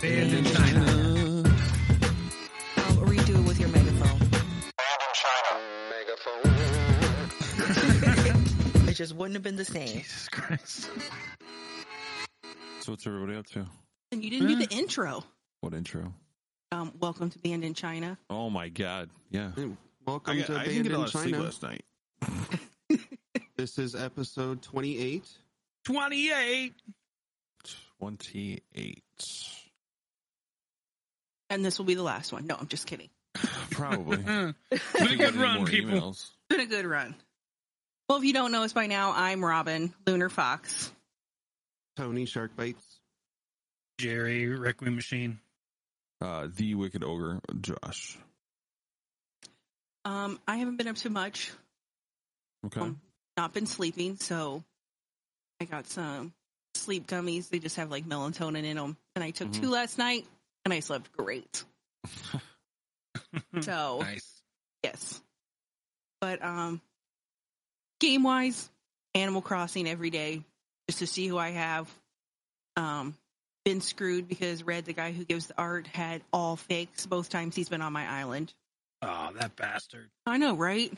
Banned in China. Um, redo it with your megaphone. It just wouldn't have been the same. Jesus Christ. So what's everybody up to? And you didn't do the intro. What intro? Um, welcome to Band in China. Oh my God! Yeah, Welcome to didn't Band in lot of sleep China. last night. This is episode 28. 28. Twenty-eight, And this will be the last one. No, I'm just kidding. probably. Mm. We Pretty get good any run, more people. emails. Been a good run. Well, if you don't know us by now, I'm Robin, Lunar Fox. Tony Shark Bites. Jerry, Requiem Machine. Uh, the Wicked Ogre, Josh. Um, I haven't been up to much. Okay. Um, Not been sleeping, so I got some sleep gummies. They just have like melatonin in them, and I took Mhm. two last night, and I slept great. So Nice. yes, but um, game wise, Animal Crossing every day just to see who I have. Um, been screwed because Red, the guy who gives the art, had all fakes both times he's been on my island. Oh, that bastard. I know, right?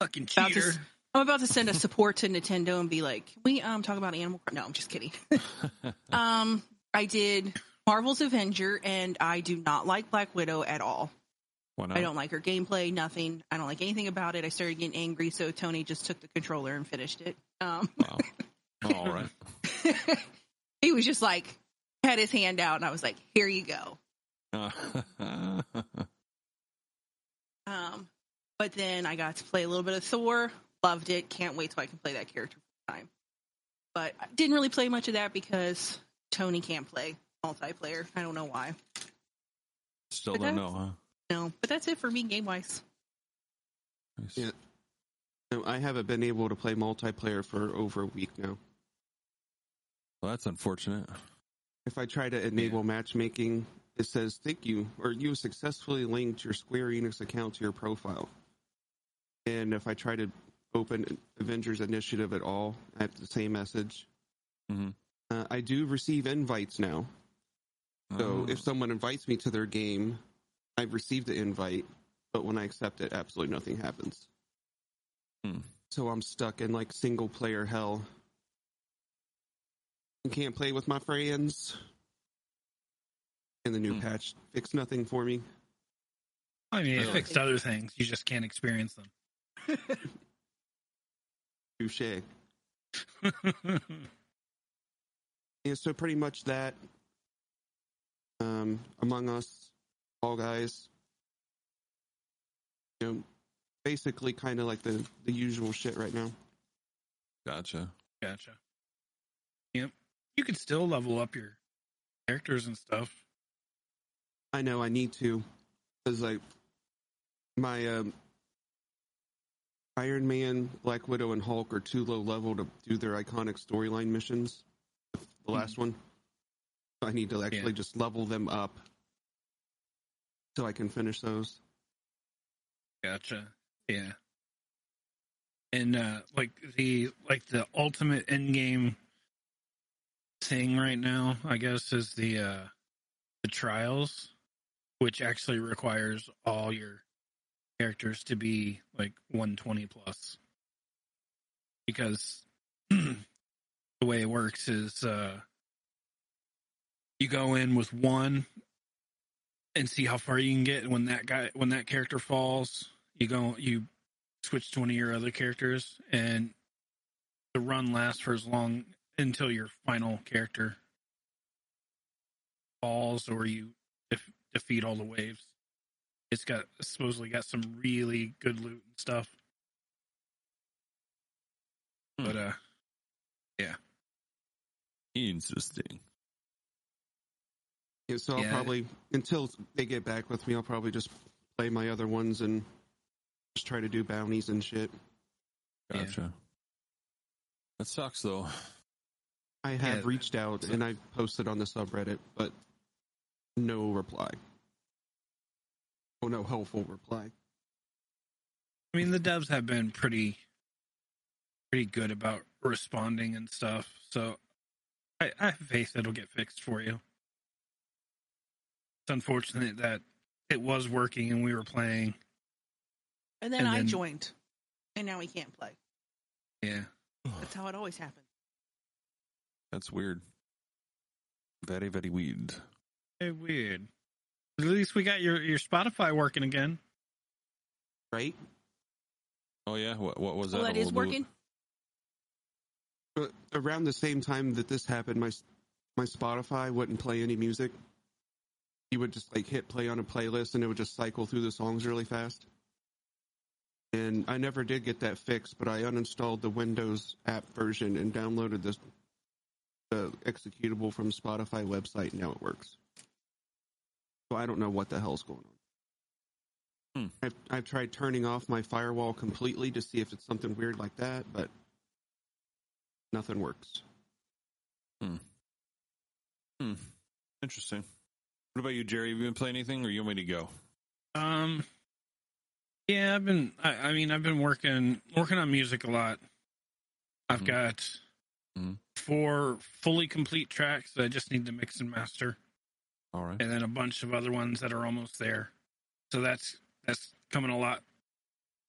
Fucking About to cheater. s- I'm about to send a support to Nintendo and be like, "Can we um talk about Animal Cro-" No, I'm just kidding. um, I did Marvel's Avenger, and I do not like Black Widow at all. Why not? I don't like her gameplay, nothing. I don't like anything about it. I started getting angry, so Tony just took the controller and finished it. Um, Wow. Oh, all right. he was just like, had his hand out, and I was like, here you go. Uh, Um, but then I got to play a little bit of Thor, loved it. Can't wait till I can play that character full time. But I didn't really play much of that because Tony can't play multiplayer. I don't know why. Still But don't that's- know, huh? No, but that's it for me game wise. Nice. Yeah. No, I haven't been able to play multiplayer for over a week now. Well, that's unfortunate. If I try to enable matchmaking, it says thank you, or you successfully linked your Square Enix account to your profile. And if I try to open Avengers Initiative at all, I have the same message. Mhm. Uh, I do receive invites now. So Oh. if someone invites me to their game, I've received the invite, but when I accept it, absolutely nothing happens. Hmm. So I'm stuck in like single player hell. I can't play with my friends. And the new Hmm. patch fixed nothing for me. I mean, it Really? fixed other things. You just can't experience Touche. them. Yeah, so pretty much that. Um, Among Us, All Guys. You know, basically kind of like the, the usual shit right now. gotcha. gotcha. Yep. You could still level up your characters and stuff. I know I need to because like my um, Iron Man, Black Widow, and Hulk are too low level to do their iconic storyline missions. The last one, so I need to actually Mm-hmm. Yeah. just level them up so I can finish those. Gotcha. Yeah. And uh like the like the ultimate end game thing right now, I guess, is the uh the trials, which actually requires all your characters to be like one twenty plus. Because the way it works is uh you go in with one and see how far you can get when that guy when that character falls you go you switch to one of your other characters and the run lasts for as long until your final character falls or you def- defeat all the waves it's got supposedly got some really good loot and stuff Hmm. but uh Interesting. Yeah, so I'll Yeah. probably until they get back with me, I'll probably just play my other ones and just try to do bounties and shit. Yeah. Gotcha. That sucks, though. I have Yeah. reached out and I've posted on the subreddit, but no reply. Oh, no helpful reply. I mean, the devs have been pretty, pretty good about responding and stuff. So I, I have faith it'll get fixed for you. unfortunate that it was working and we were playing. And then And I then- joined, and now we can't play. Yeah. That's how it always happens. That's weird. Very, very weird. Hey, weird. At least we got your, your Spotify working again. right? Oh yeah, what what was well, that? that all is about? working. But around the same time that this happened, my my Spotify wouldn't play any music. You would just like hit play on a playlist, and it would just cycle through the songs really fast. And I never did get that fixed, but I uninstalled the Windows app version and downloaded this the executable from Spotify website. Now it works. So I don't know what the hell's going on. Hmm. I've I've tried turning off my firewall completely to see if it's something weird like that, but nothing works. Hmm. Interesting. What about you, Jerry? Have you been playing anything, or you want me to go? Um, yeah, I've been. I, I mean, I've been working working on music a lot. I've Mhm. got Mm-hmm. Mhm. four fully complete tracks that I just need to mix and master, All right. and then a bunch of other ones that are almost there. So that's that's coming a lot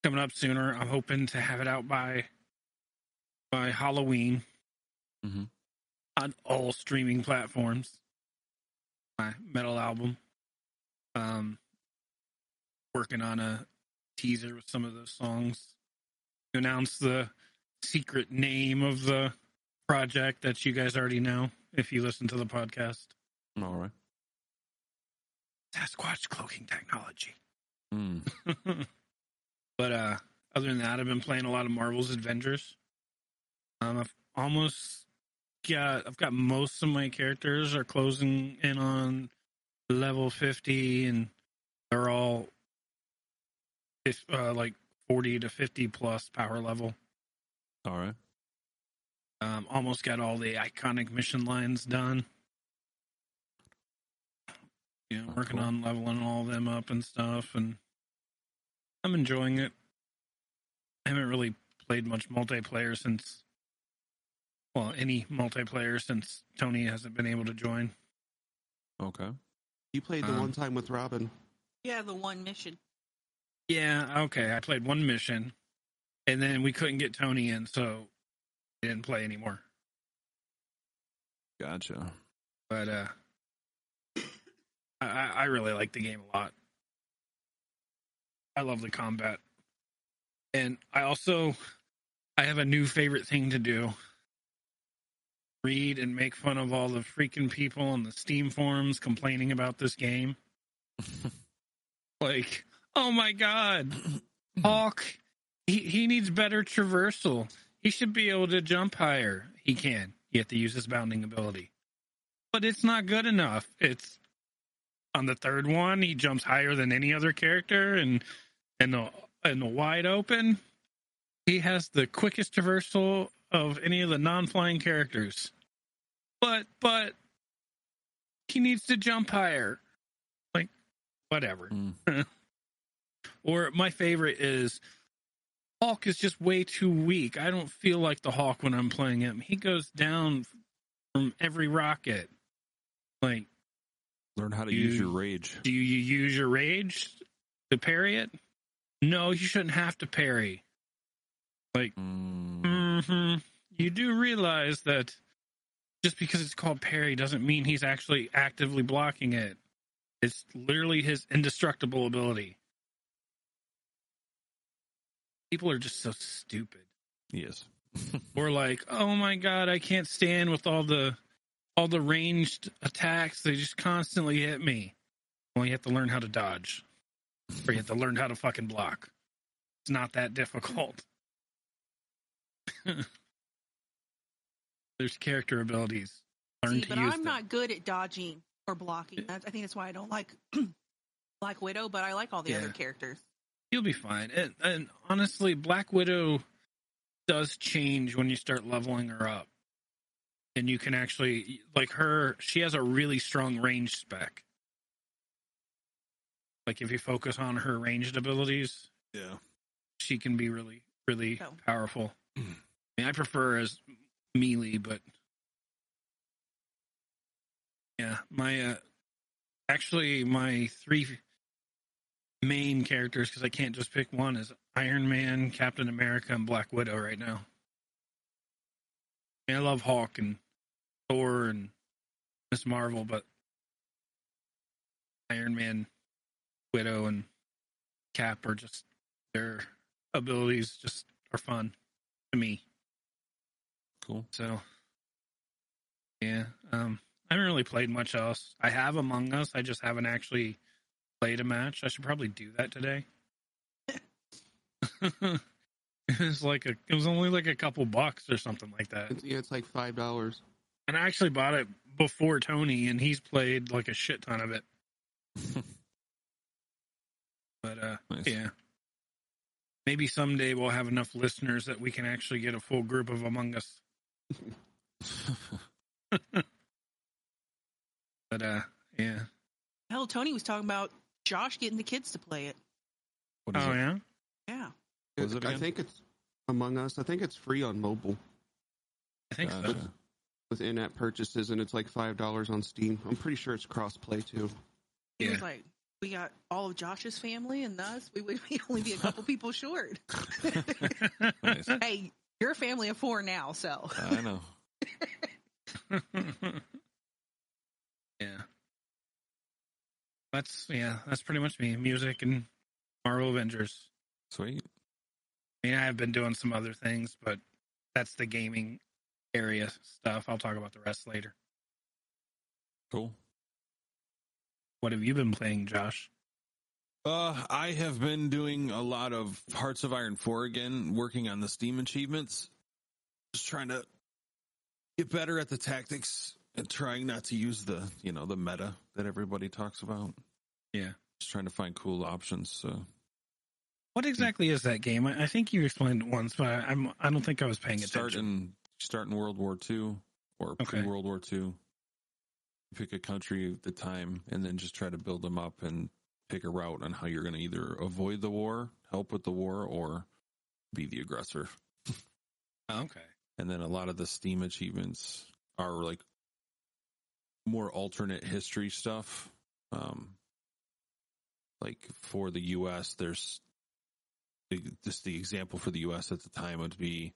coming up sooner. I'm hoping to have it out by by Halloween Mhm. on all streaming platforms. My metal album. Um, working on a teaser with some of those songs. To announce the secret name of the project that you guys already know if you listen to the podcast. Mm, All right. Sasquatch cloaking technology. Hmm. but uh other than that, I've been playing a lot of Marvel's Avengers. Um, I've almost got I've got most of my characters are closing in on level fifty, and they're all fif- uh, like forty to fifty plus power level. All right. Um, almost got all the iconic mission lines done. Yeah, Oh, working cool. on leveling all them up and stuff, and I'm enjoying it. I haven't really played much multiplayer since, well, any multiplayer since Tony hasn't been able to join. Okay. You played the Uh-huh. Um, one time with Robin. Yeah, the one mission. Yeah, okay. I played one mission, and then we couldn't get Tony in, so I didn't play anymore. Gotcha. but uh I- I, I really like the game a lot. I love the combat. And I also I have a new favorite thing to do. Read and make fun of all the freaking people on the Steam forums complaining about this game. like, oh my god, Hawk, he, he needs better traversal. He should be able to jump higher. He can. You have to use his bounding ability but it's not good enough. It's on the third one, he jumps higher than any other character, and in the in the wide open, he has the quickest traversal of any of the non-flying characters. But but he needs to jump higher. Like whatever. Hmm. Or my favorite is Hawk is just way too weak. I don't feel like the Hawk when I'm playing him. He goes down from every rocket. Like, Learn how to You- use your rage. do you use your rage to parry it? No, you shouldn't have to parry. Mm. hmm You do realize that just because it's called parry doesn't mean he's actually actively blocking it. It's literally his indestructible ability. People are just so stupid. Yes. or like, oh my god, I can't stand with all the all the ranged attacks. They just constantly hit me. Well, you have to learn how to dodge, or you have to learn how to fucking block. It's not that difficult. There's character abilities. Learn See, to but use I'm them. not good at dodging or blocking. That's, I think that's why I don't like Black Widow, but I like all the Yeah. other characters. You'll be fine. And, and honestly, Black Widow does change when you start leveling her up. And you can actually, like her, she has a really strong range spec. Like if you focus on her ranged abilities, Yeah. she can be really, really Oh. powerful. I mean, I prefer as melee, but yeah, my uh, actually my three main characters because I can't just pick one is Iron Man, Captain America, and Black Widow right now. I, mean, I love Hawk and Thor and Miss Marvel, but Iron Man, Widow, and Cap are just their abilities just are fun to me. Cool. So, yeah, um, I haven't really played much else. I have Among Us. I just haven't actually played a match. I should probably do that today. it was like a. It was only like a couple bucks or something like that. It's, yeah, it's like five dollars. And I actually bought it before Tony, and he's played like a shit ton of it. But uh, Nice. yeah, maybe someday we'll have enough listeners that we can actually get a full group of Among Us. But uh, yeah. Hell, Tony was talking about Josh getting the kids to play it. What is Oh it? yeah. Yeah. What was it I again? think it's Among Us. I think it's free on mobile I think so. Gotcha. with in-app purchases, and it's like five dollars on Steam. I'm pretty sure it's cross-play too. He Yeah. was like, we got all of Josh's family, and thus we would we'd only be a couple people short. Nice. hey, you're a family of four now, so I know. yeah. That's yeah, that's pretty much me. Music and Marvel Avengers. Sweet. I mean, I have been doing some other things, but that's the gaming area stuff. I'll talk about the rest later. Cool. What have you been playing, Josh? Uh, I have been doing a lot of Hearts of Iron 4 again, working on the Steam achievements. Just trying to get better at the tactics and trying not to use the, you know, the meta that everybody talks about. Yeah. Just trying to find cool options. uh, So What exactly is that game? I, I think you explained it once, but I, I'm I don't think I was paying start attention. in, start in World War II or Okay. pre World War II. Pick a country at the time and then just try to build them up and pick a route on how you're going to either avoid the war, help with the war, or be the aggressor. Oh, okay. and then a lot of the steam achievements are like more alternate history stuff um like for the us there's the- just the example for the us at the time would be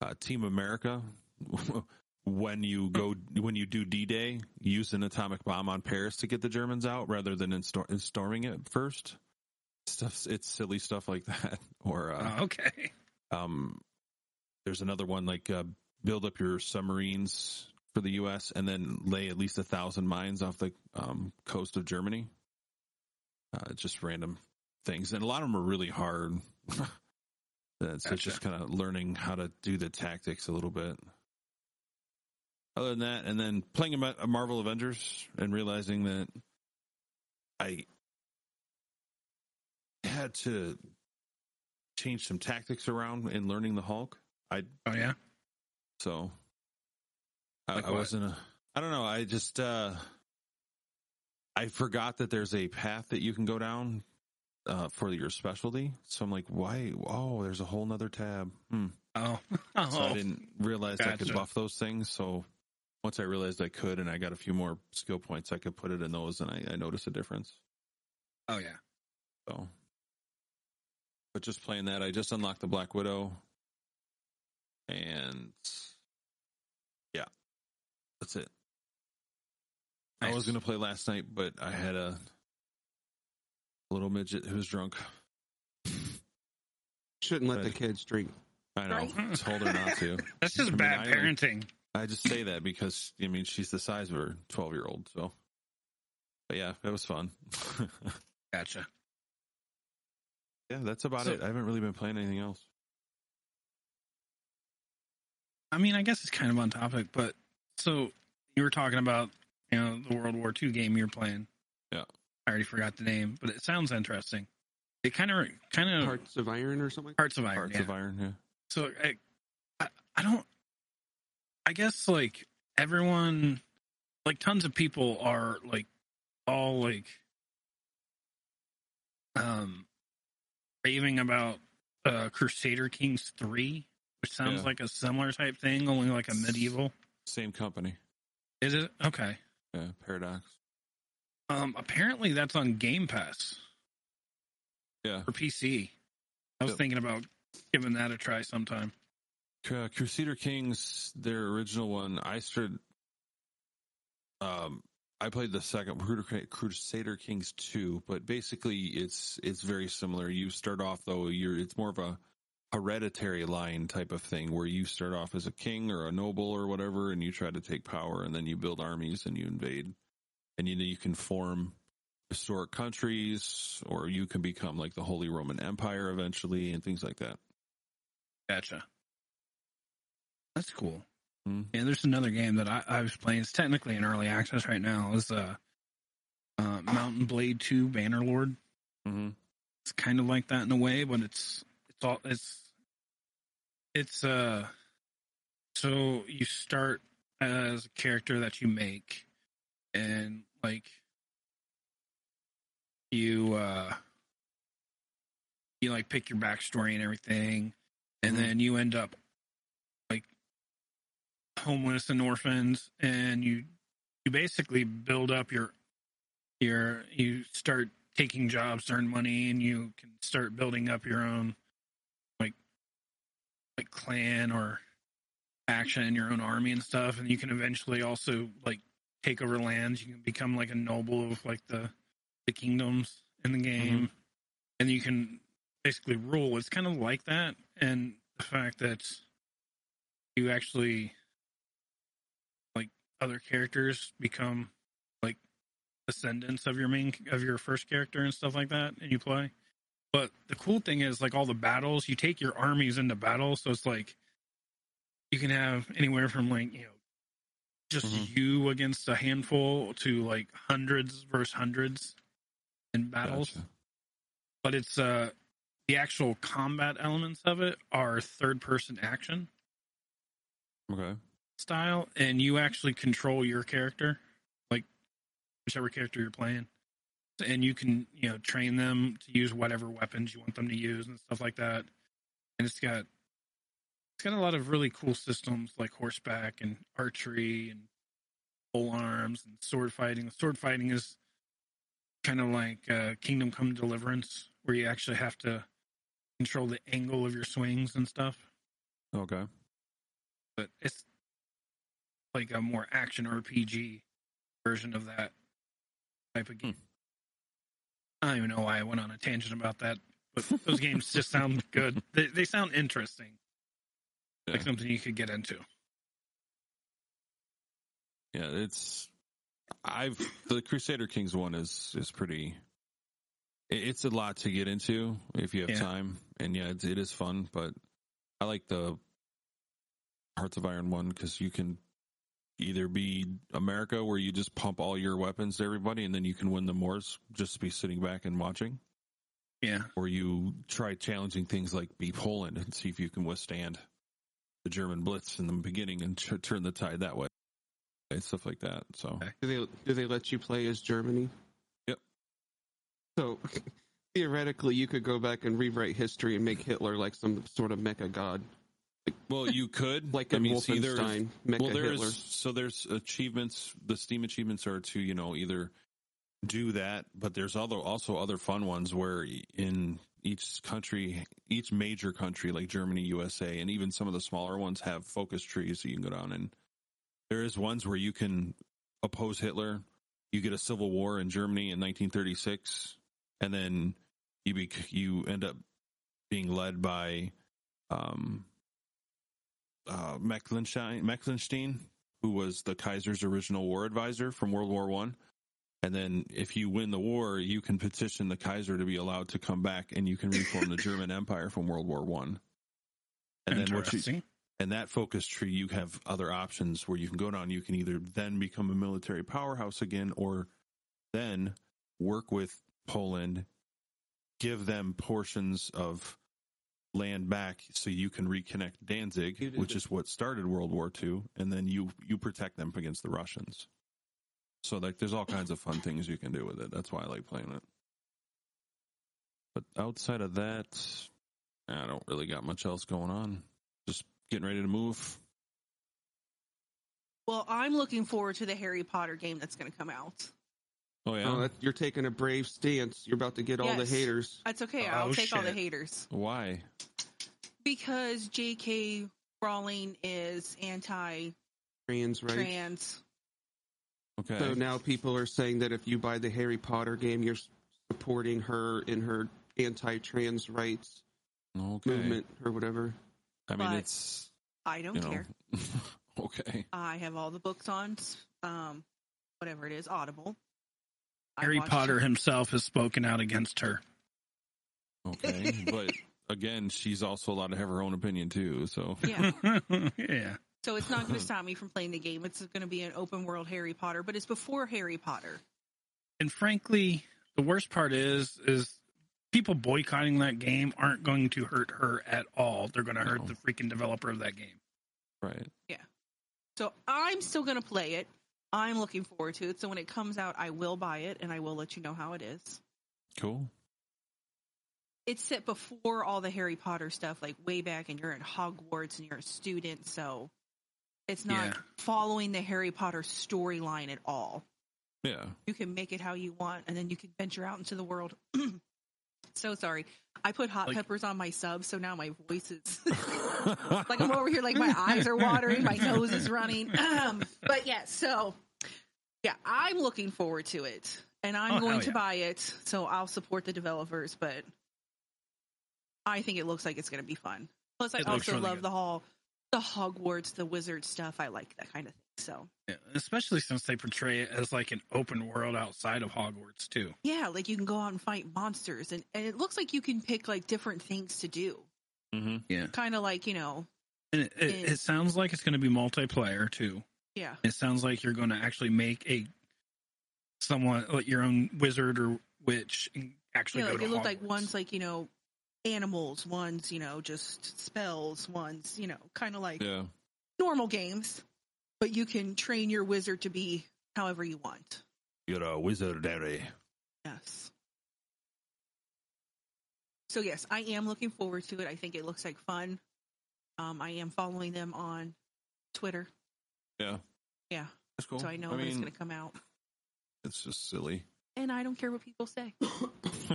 uh, team america when you go when you do d-day use an atomic bomb on paris to get the germans out rather than in stor- in storming it first stuff it's silly stuff like that or uh, Oh, okay. um, there's another one like uh, build up your submarines for the U.S. and then lay at least a thousand mines off the um, coast of Germany. Uh, just random things, and a lot of them are really hard. Uh, So it's Gotcha. just kind of learning how to do the tactics a little bit. Other than that, and then playing a Ma- a Marvel Avengers and realizing that I had to change some tactics around in learning the Hulk. I Oh yeah. so I, Like I what? wasn't. A, I don't know. I just uh I forgot that there's a path that you can go down uh for your specialty. So I'm like, why? Oh, there's a whole nother tab. Hmm. Oh. oh. So I didn't realize I could Gotcha. buff those things. So once I realized I could, and I got a few more skill points, I could put it in those, and I, I noticed a difference. Oh yeah. So, but just playing that, I just unlocked the Black Widow, and yeah, that's it. I Nice. was gonna play last night, but I had a little midget who was drunk. Shouldn't let the Right. kids drink. I know, Right. told her not to. That's just I mean, bad I- parenting. I just say that because I mean she's the size of her twelve year old. So, but yeah, it was fun. Gotcha. yeah, that's about So- it. I haven't really been playing anything else. I mean, I guess it's kind of on topic, but so you were talking about you know the World War II game you're playing. Yeah. I already forgot the name, but it sounds interesting. It kind of kind Oh. of hearts, Hearts of Iron or something. of iron. Hearts yeah. of Iron. Yeah. So I, I, I don't. I guess like everyone, like tons of people are like all like, um, raving about uh Crusader Kings three, which sounds Yeah. like a similar type thing, only like a medieval. Same company. Is it okay? Yeah, Paradox. Um, apparently that's on Game Pass Yeah. for PC. I was Yep. thinking about giving that a try sometime. Uh, Crusader Kings, their original one, I started. Um, I played the second Crusader- Crusader Kings two, but basically it's it's very similar. You start off though you're it's more of a hereditary line type of thing where you start off as a king or a noble or whatever, and you try to take power, and then you build armies and you invade, and you know you can form historic countries, or you can become like the Holy Roman Empire eventually, and things like that. Gotcha. That's cool. Hmm. Yeah, there's another game that I, I was playing. It's technically in early access right now. Is uh, uh, Mountain Blade Two Bannerlord. Mm-hmm. It's kind of like that in a way, but it's it's all it's it's uh. So you start as a character that you make, and like you uh you like pick your backstory and everything, and Mhm. then you end up like homeless and orphans, and you you basically build up your your you start taking jobs to earn money and you can start building up your own like like clan or action in your own army and stuff and you can eventually also like take over lands you can become like a noble of like the the kingdoms in the game and you can basically rule it's kind of like that and the fact that you actually like other characters become like descendants of your main of your first character and stuff like that and you play but the cool thing is like all the battles you take your armies into battle so it's like you can have anywhere from like you know just Mhm. you against a handful to like hundreds versus hundreds in battles Gotcha. but it's uh the actual combat elements of it are third person action Okay. style and you actually control your character like whichever character you're playing and you can you know train them to use whatever weapons you want them to use and stuff like that and it's got it's got a lot of really cool systems like horseback and archery and pole arms and sword fighting sword fighting is kind of like uh, kingdom come deliverance where you actually have to control the angle of your swings and stuff Okay. but it's like a more action RPG version of that type Hmm. of game. I don't even know why I went on a tangent about that, but those games just sound good. They, they sound interesting, like Yeah. something you could get into. Yeah, it's I've the Crusader Kings one is is pretty it- it's a lot to get into if you have Yeah. time. And yeah, it, it is fun, but I like the Hearts of Iron one cuz you can either be America where you just pump all your weapons to everybody and then you can win the wars just be sitting back and watching Yeah, or you try challenging things like be Poland and see if you can withstand the German blitz in the beginning and t- turn the tide that way and stuff like that. So Okay. Do they do they let you play as Germany? Yep. So theoretically, you could go back and rewrite history and make Hitler like some sort of mecha god, well, you could like a see, there's- Wolfenstein mecha well, there's Hitler. so there's achievements. The Steam achievements are to you know either do that, but there's other also other fun ones where in each country, each major country like Germany, USA, and even some of the smaller ones have focus trees that you can go down and there is ones where you can oppose Hitler. You get a civil war in Germany in 1936, and then you bec you end up being led by um, uh, Mecklenstein, Mecklenstein, who was the Kaiser's original war advisor from World War One. And then, if you win the war, you can petition the Kaiser to be allowed to come back, and you can reform the German Empire from World War One. And then what you, interesting. and that focus tree you have other options where you can go down you can either then become a military powerhouse again or then work with poland give them portions of land back so you can reconnect danzig which is what started world war ii and then you you protect them against the russians so like there's all kinds of fun things you can do with it that's why i like playing it but outside of that i don't really got much else going on just getting ready to move. Well, I'm looking forward to the Harry Potter game that's going to come out. Oh yeah. Oh, that, you're taking a brave stance. You're about to get all the Yes. haters. That's okay. Oh, I'll take all the shit. haters. Why? Because J.K. Rowling is anti Trans rights. trans. Okay. So now people are saying that if you buy the Harry Potter game, you're supporting her in her anti-trans rights okay. movement or whatever. I mean, But- it's I don't you know. care. okay. I have all the books on s- um, whatever it is, Audible. I Harry watched- Potter himself has spoken out against her. Okay. but again, she's also allowed to have her own opinion too. So Yeah. yeah. So it's not going to stop me from playing the game. It's going to be an open world Harry Potter, but it's before Harry Potter. And frankly, the worst part is is people boycotting that game aren't going to hurt her at all. They're going to hurt No. the freaking developer of that game. right. So I'm still going to play it. I'm looking forward to it. So when it comes out, I will buy it and I will let you know how it is. Cool. It's set before all the Harry Potter stuff, like way back, and you're in Hogwarts and you're a student. So it's not Yeah. following the Harry Potter storyline at all. Yeah. you can make it how you want and then you can venture out into the world so sorry i put hot Like- peppers on my sub so now my voice is like i'm over here like my eyes are watering my nose is running um but yeah so yeah i'm looking forward to it and i'm Oh, going hell to yeah. buy it so i'll support the developers but i think it looks like it's going to be fun plus i It looks also really love good. the whole the hogwarts the wizard stuff i like that kind of thing so Yeah, especially since they portray it as like an open world outside of Hogwarts too. Yeah, like you can go out and fight monsters, and, and it looks like you can pick like different things to do. Mm-hmm. Kind of like you know, And it, it, Yeah. it sounds like it's going to be multiplayer too. yeah, It sounds like you're going to actually make a someone like your own wizard or witch and actually yeah. go Like to it looked like Hogwarts. ones like you know, animals, ones you know, just spells, ones you know, kind of like Yeah. normal games, but you can train your wizard to be however you want. You're a wizard, Harry. Yes. So yes, I am looking forward to it. I think it looks like fun. Um, I am following them on Twitter, That's cool. so I know I when it's mean, going to come out. it's just silly. and I don't care what people say. it's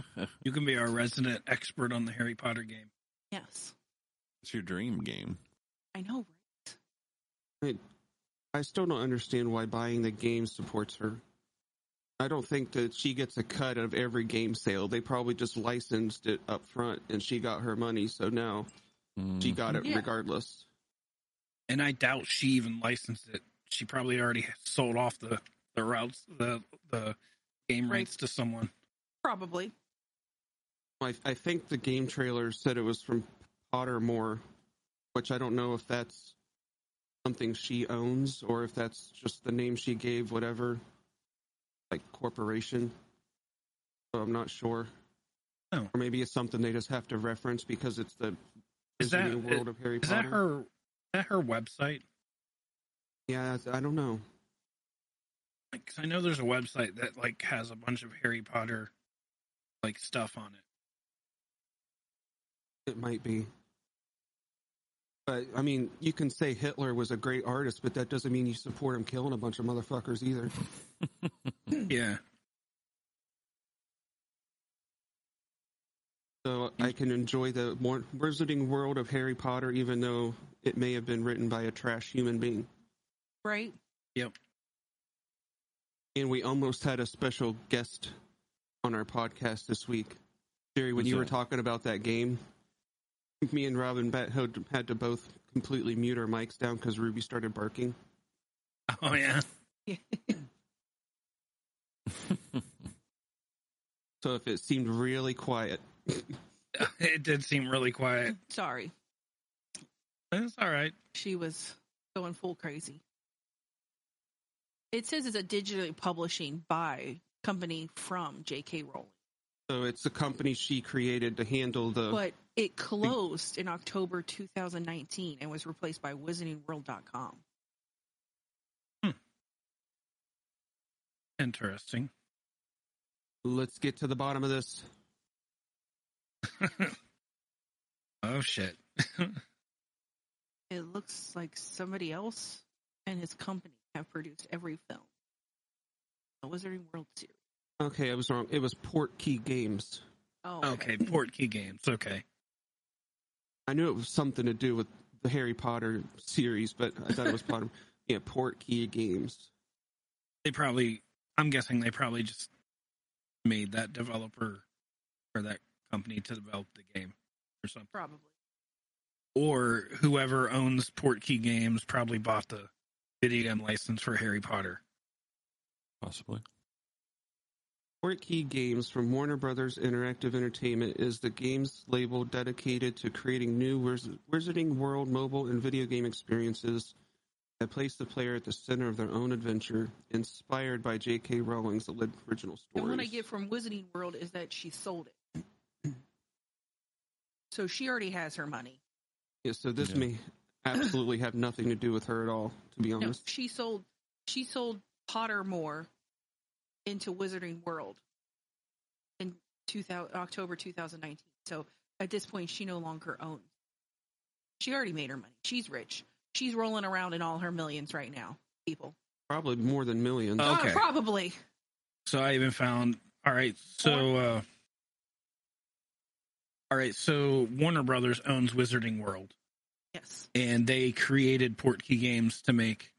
You can be our resident expert on the Harry Potter game. Yes, your dream game. I know. I still don't understand why buying the game supports her. I don't think that she gets a cut of every game sale. They probably just licensed it up front and she got her money, so now Mm. she got it Yeah. regardless. And I doubt she even licensed it. She probably already sold off the the routes the the game Right. rights to someone. Probably. I, I think the game trailer said it was from Pottermore, which I don't know if that's something she owns or if that's just the name she gave, whatever, like corporation. So I'm not sure. Oh. Or maybe it's something they just have to reference because it's the Is that- Wizarding world of Harry Is Potter. that her? Is that her website? Yeah, it's- I don't know. Like, 'cause I know there's a website that like has a bunch of Harry Potter like stuff on it. It might be. But I mean, you can say Hitler was a great artist, but that doesn't mean you support him killing a bunch of motherfuckers either. Yeah, So I can enjoy the wor- wizarding world of Harry Potter, even though it may have been written by a trash human being. Right? And we almost had a special guest on our podcast this week, Jerry. When Who's you were that? talking about that game, me and Robin Bat- had had to both completely mute our mics down because Ruby started barking. oh yeah, So if it seemed really quiet, it did seem really quiet. Sorry, It's all right. she was going full crazy. It says it's a digitally publishing by company from J.K. Rowling, so it's a company she created to handle the. but it closed in October 2019 and was replaced by WizardingWorld.com. Interesting. Let's get to the bottom of this. Oh shit. It looks like somebody else and his company have produced every film. The Wizarding World series. Okay, I was wrong. It was Port Key Games. Oh, Okay, port key games. Okay. I knew it was something to do with the Harry Potter series, but I thought it was Potter. Yeah, Port Key Games. They probably I'm guessing they probably just made that developer or that company to develop the game or something. probably. Or whoever owns Port Key Games probably bought the video game license for Harry Potter. possibly. Port Key Games from Warner Brothers Interactive Entertainment is the games label dedicated to creating new Wiz- Wizarding World mobile and video game experiences that place the player at the center of their own adventure, inspired by J.K. Rowling's original stories. And what I get from Wizarding World is that she sold it. So she already has her money. Yeah, so this Yeah. may absolutely have nothing to do with her at all, to be No, Uh-huh. honest. she sold she sold Pottermore into Wizarding World in 2000, October 2019. So at this point, she no longer owns. She already made her money. She's rich. She's rolling around in all her millions right now, people. Probably more than millions. Oh. Okay. Uh, probably. So I even found all right, so uh all right, so Warner Brothers owns Wizarding World. Yes. and they created Portkey Games to make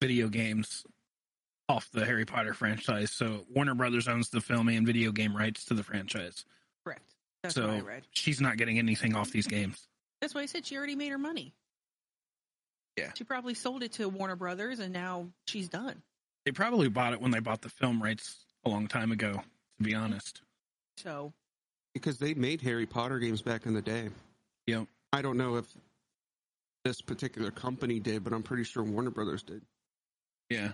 video games off the Harry Potter franchise. So Warner Brothers owns the film and video game rights to the franchise. Correct. That's So- what I read. She's not getting anything off these games. That's why I said she already made her money. Yeah. She probably sold it to Warner Brothers and now she's done. They probably bought it when they bought the film rights a long time ago, to be honest. So Because they made Harry Potter games back in the day. Yep. I don't know if this particular company did, but I'm pretty sure Warner Brothers did. Yeah.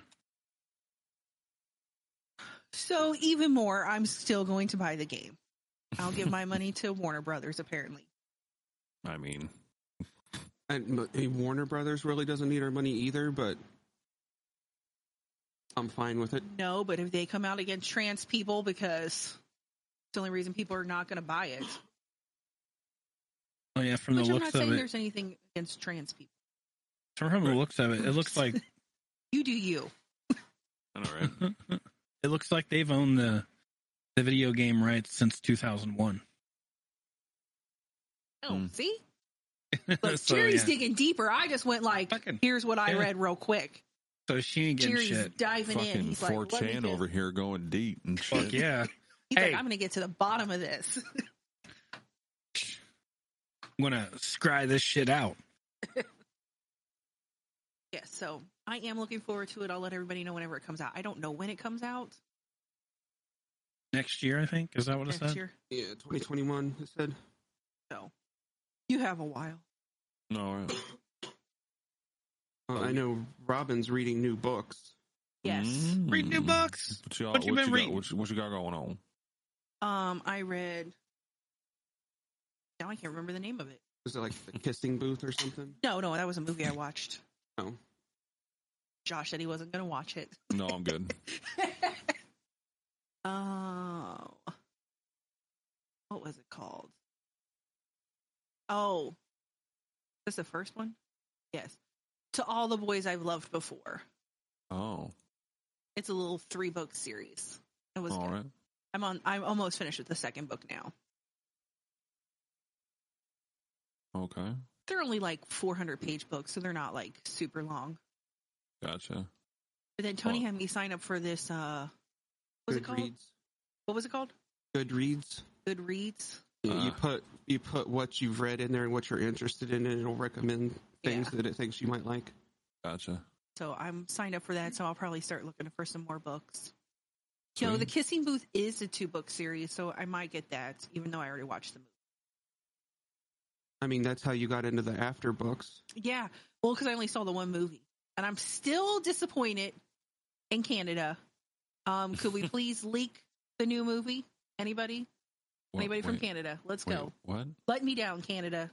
so even more, I'm still going to buy the game. I'll give my money to Warner Brothers apparently. I mean, And but, hey, Warner Brothers really doesn't need our money either, but I'm fine with it. No, but if they come out against trans people because it's the only reason people are not going to buy it. Oh yeah, from the Which I'm not looks of saying it. there's anything against trans people. From the looks of it, it looks like You do you. all right. it looks like they've owned the the video game rights since 2001. Oh, Mm. see? Hmm. so, Look, Jerry's yeah. digging deeper. I just went like, Fucking- here's what I yeah. read real quick. so she ain't getting Jerry's shit. diving in. Fucking He's like, four let me chan just- over here going deep and shit. Fuck yeah. He's Hey. like, I'm going to get to the bottom of this. I'm gonna scry this shit out. yeah, so I am looking forward to it. I'll let everybody know whenever it comes out. I don't know when it comes out Next year, I think. Is that what it next said? year. Yeah, 2021, it said. Uh, So you have a while. All right. Uh, I know Robin's reading new books. Yes. Mm. Read new books. What, y'all, What what, you you, been got, reading? What, you, what you got going on? Um, I read. Now I can't remember the name of it. Is it like the kissing booth or something? No, no, that was a movie I watched. Oh. Josh said he wasn't going to watch it. No, I'm good. Oh. What was it called? Oh. This the first one? Yes. To All the Boys I've Loved Before. Oh, It's a little three book series. It was all good. right. I'm on I'm almost finished with the second book now. Okay. They're only like 400 page books, so they're not like super long. Gotcha. But then Tony Well- had me sign up for this uh what was it called? Goodreads. What was it called? Goodreads. Goodreads. You- you Uh. Ah. put you put what you've read in there and what you're interested in, and it'll recommend things that it thinks you might like. Gotcha. So I'm signed up for that, so I'll probably start looking for some more books. No, the Sweet. Kissing Booth is a two book series, so I might get that, even though I already watched the movie. I mean, that's how you got into the after books. Yeah, well, because I only saw the one movie, and I'm still disappointed in Canada. Um, could we please leak the new movie? Anybody? What- Anybody from wait, Canada? Let's wait, go. What? Let me down, Canada.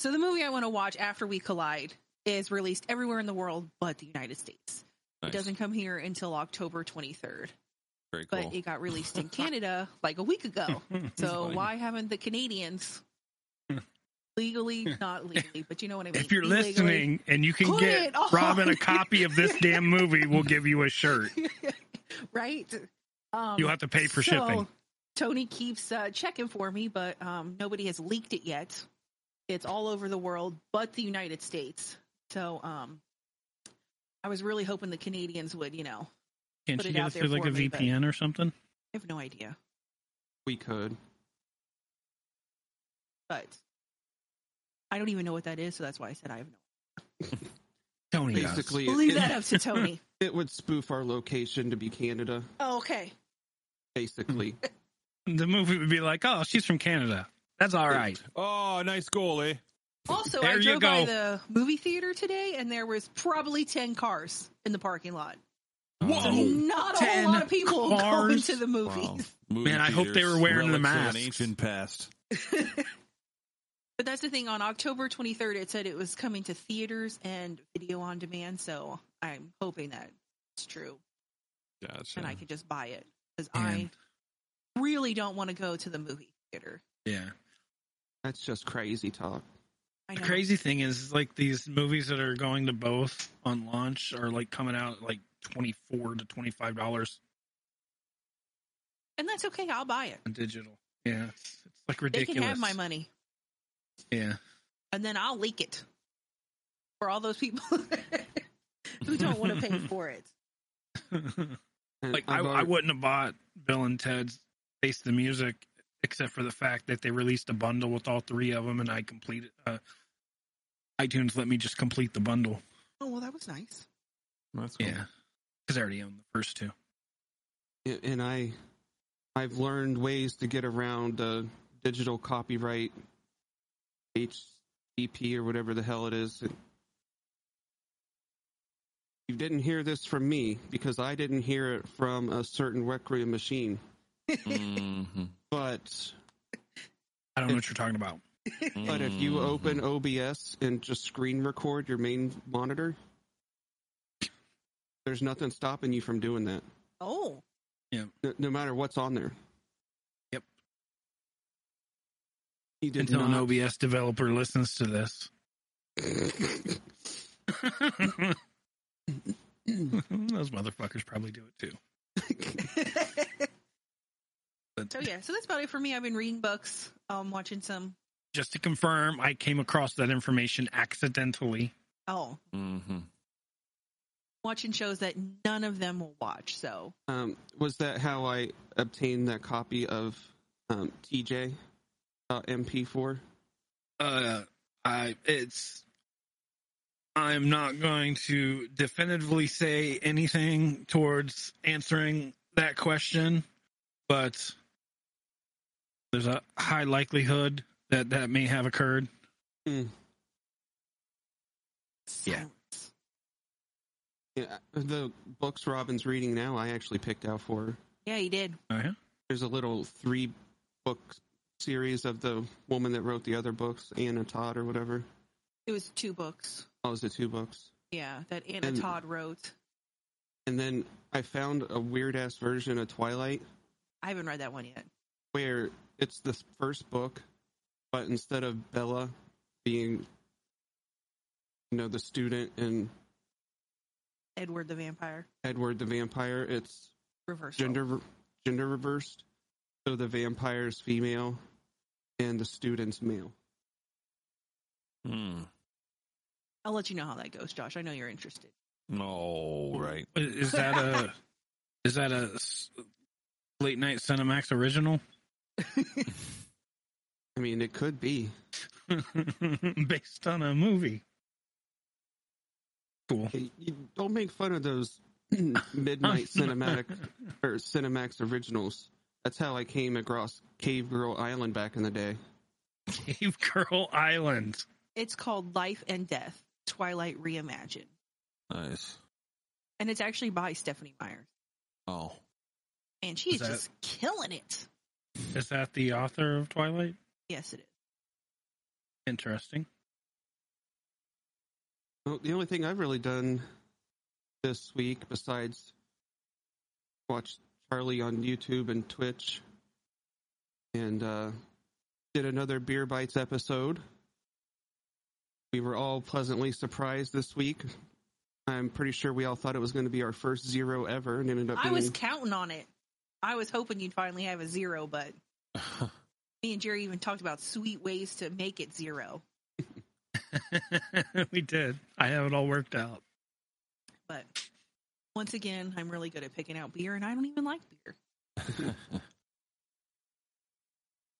So the movie I want to watch after we collide is released everywhere in the world but the United States. Nice. It doesn't come here until October 23rd, Very but cool. it got released in Canada like a week ago. So Funny. why haven't the Canadians legally, not legally, but you know what I mean? if you're illegally- listening and you can Put get it Oh. on. Robin a copy of this damn movie, we'll give you a shirt. right? Um, You'll have to pay for so, shipping. Tony keeps uh, checking for me, but um, nobody has leaked it yet. It's all over the world, but the United States. So um, I was really hoping the Canadians would, you know, Can't put you it get out it there through like for a me, but- VPN or something? I have no idea, We could. but I don't even know what that is. So that's why I said I have no. Tony does. Basically, We'll leave it, that up to Tony. it would spoof our location to be Canada, oh, okay. basically. the movie would be like, "Oh, she's from Canada. That's all right." Oh, nice goalie. Also, There I you drove by go. the movie theater today, and there was probably ten cars in the parking lot. So Whoa. not a 10 whole lot of people going cars? to the movies. Movie Man, I hope they were wearing the relics of masks. An ancient past. But that's the thing. On October 23rd, it said it was coming to theaters and video on demand. So I'm hoping that it's true, Gotcha. and I can just buy it because I Man. really don't want to go to the movie theater. Yeah. That's just crazy talk. I The know. crazy thing is, like these movies that are going to both on launch are like coming out at, like twenty four to twenty five dollars and that's okay. I'll buy it. on digital. Yeah, it's, it's like They ridiculous. can have my money, Yeah, and then I'll leak it for all those people who don't want to pay for it. And like I, I've I already- wouldn't have bought Bill and Ted's Taste the Music except for the fact that they released a bundle with all three of them, and I completed. Uh, iTunes let me just complete the bundle. Oh well, that was nice. That's cool. Yeah, because I already own the first two. and I, I've learned ways to get around the digital copyright, HCP or whatever the hell it is. You didn't hear this from me because I didn't hear it from a certain Rec Room machine, Mhm. but I don't know what you're talking about. But if you Mhm. open OBS and just screen record your main monitor, there's nothing stopping you from doing that, Oh, no, no matter what's on there. Yep. You did Until an not. OBS developer listens to this. Those motherfuckers probably do it too. But so yeah. So that's about it for me. I've been reading books, um, watching some. just to confirm, I came across that information accidentally. Oh, Mhm. watching shows that none of them will watch. So um, was that how I obtained that copy of um, TJ uh, MP4? Uh, I it's. I'm not going to definitively say anything towards answering that question, but there's a high likelihood that that may have occurred. Yeah. silence. Yeah, the books Robin's reading now, I actually picked out for her. yeah, he did. Oh yeah. there's a little three book series of the woman that wrote the other books, Anna Todd or whatever. It was two books. Oh, is it two books? Yeah, that Anna And- Todd wrote. And then I found a weird ass version of Twilight I haven't read that one yet. where it's the first book, but instead of Bella being, you know, the student and Edward the Vampire Edward the vampire, it's Reverse. gender gender reversed. So the vampire's female, and the student's male. Mm. I'll let you know how that goes, Josh. I know you're interested. Oh, right. Is that a is that a s- late night Cinemax original I mean, it could be. based on a movie? Cool. Hey, you don't make fun of those midnight cinematic or Cinemax originals. That's how I came across Cave Girl Island back in the day. Cave Girl Island. It's called Life and Death: Twilight Reimagined, Nice. and it's actually by Stephanie Meyer, Oh, and she is Is that- just killing it. Is that the author of Twilight? Yes, it is. Interesting. Well, the only thing I've really done this week, besides watch Charlie on YouTube and Twitch, and uh, did another Beer Bites episode. We were all pleasantly surprised this week I'm pretty sure we all thought it was going to be our first zero ever, and it ended up I being was counting on it. I was hoping you'd finally have a zero, but me and Jerry even talked about sweet ways to make it zero. we did. I have it all worked out. But once again, I'm really good at picking out beer, and I don't even like beer.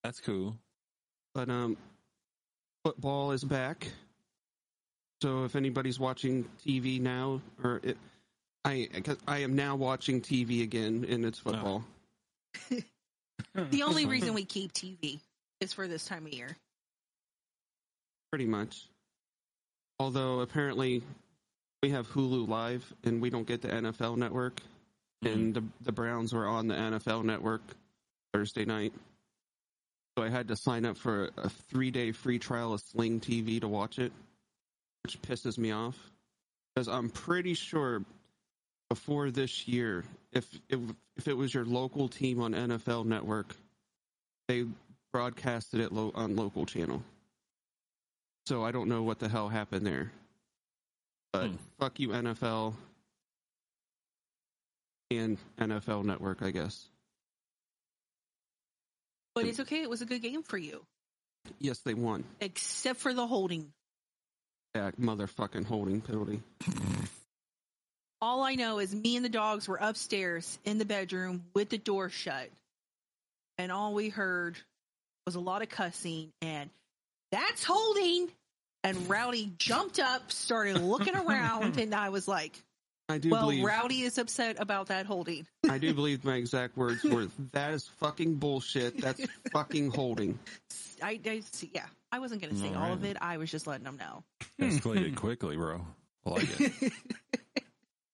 That's cool. But um, football is back. So if anybody's watching TV now, or it, I, 'cause I am now watching TV again, and it's football. The only That's fine. reason we keep TV is for this time of year. pretty much. Although apparently we have Hulu Live and we don't get the NFL Network, and the the Browns were on the NFL Network Thursday night, so I had to sign up for a, three day free trial of Sling TV to watch it, which pisses me off because I'm pretty sure before this year, if it, if it was your local team on NFL Network, they broadcasted it lo- on local channel. So I don't know what the hell happened there. But Hmm. fuck you, NFL and NFL Network, I guess. But it's okay. It was a good game for you, Yes, they won except for the holding. that motherfucking holding penalty. All I know is me and the dogs were upstairs in the bedroom with the door shut. And all we heard was a lot of cussing and that's holding. And Rowdy jumped up, started looking around, and I was like, I do Well, believe Rowdy is upset about that holding. I do believe my exact words were that is fucking bullshit. That's fucking holding. I, I see, yeah, I wasn't going to say all of it. Alright. I was just letting them know. Hmm. Escalated quickly, bro. I like it.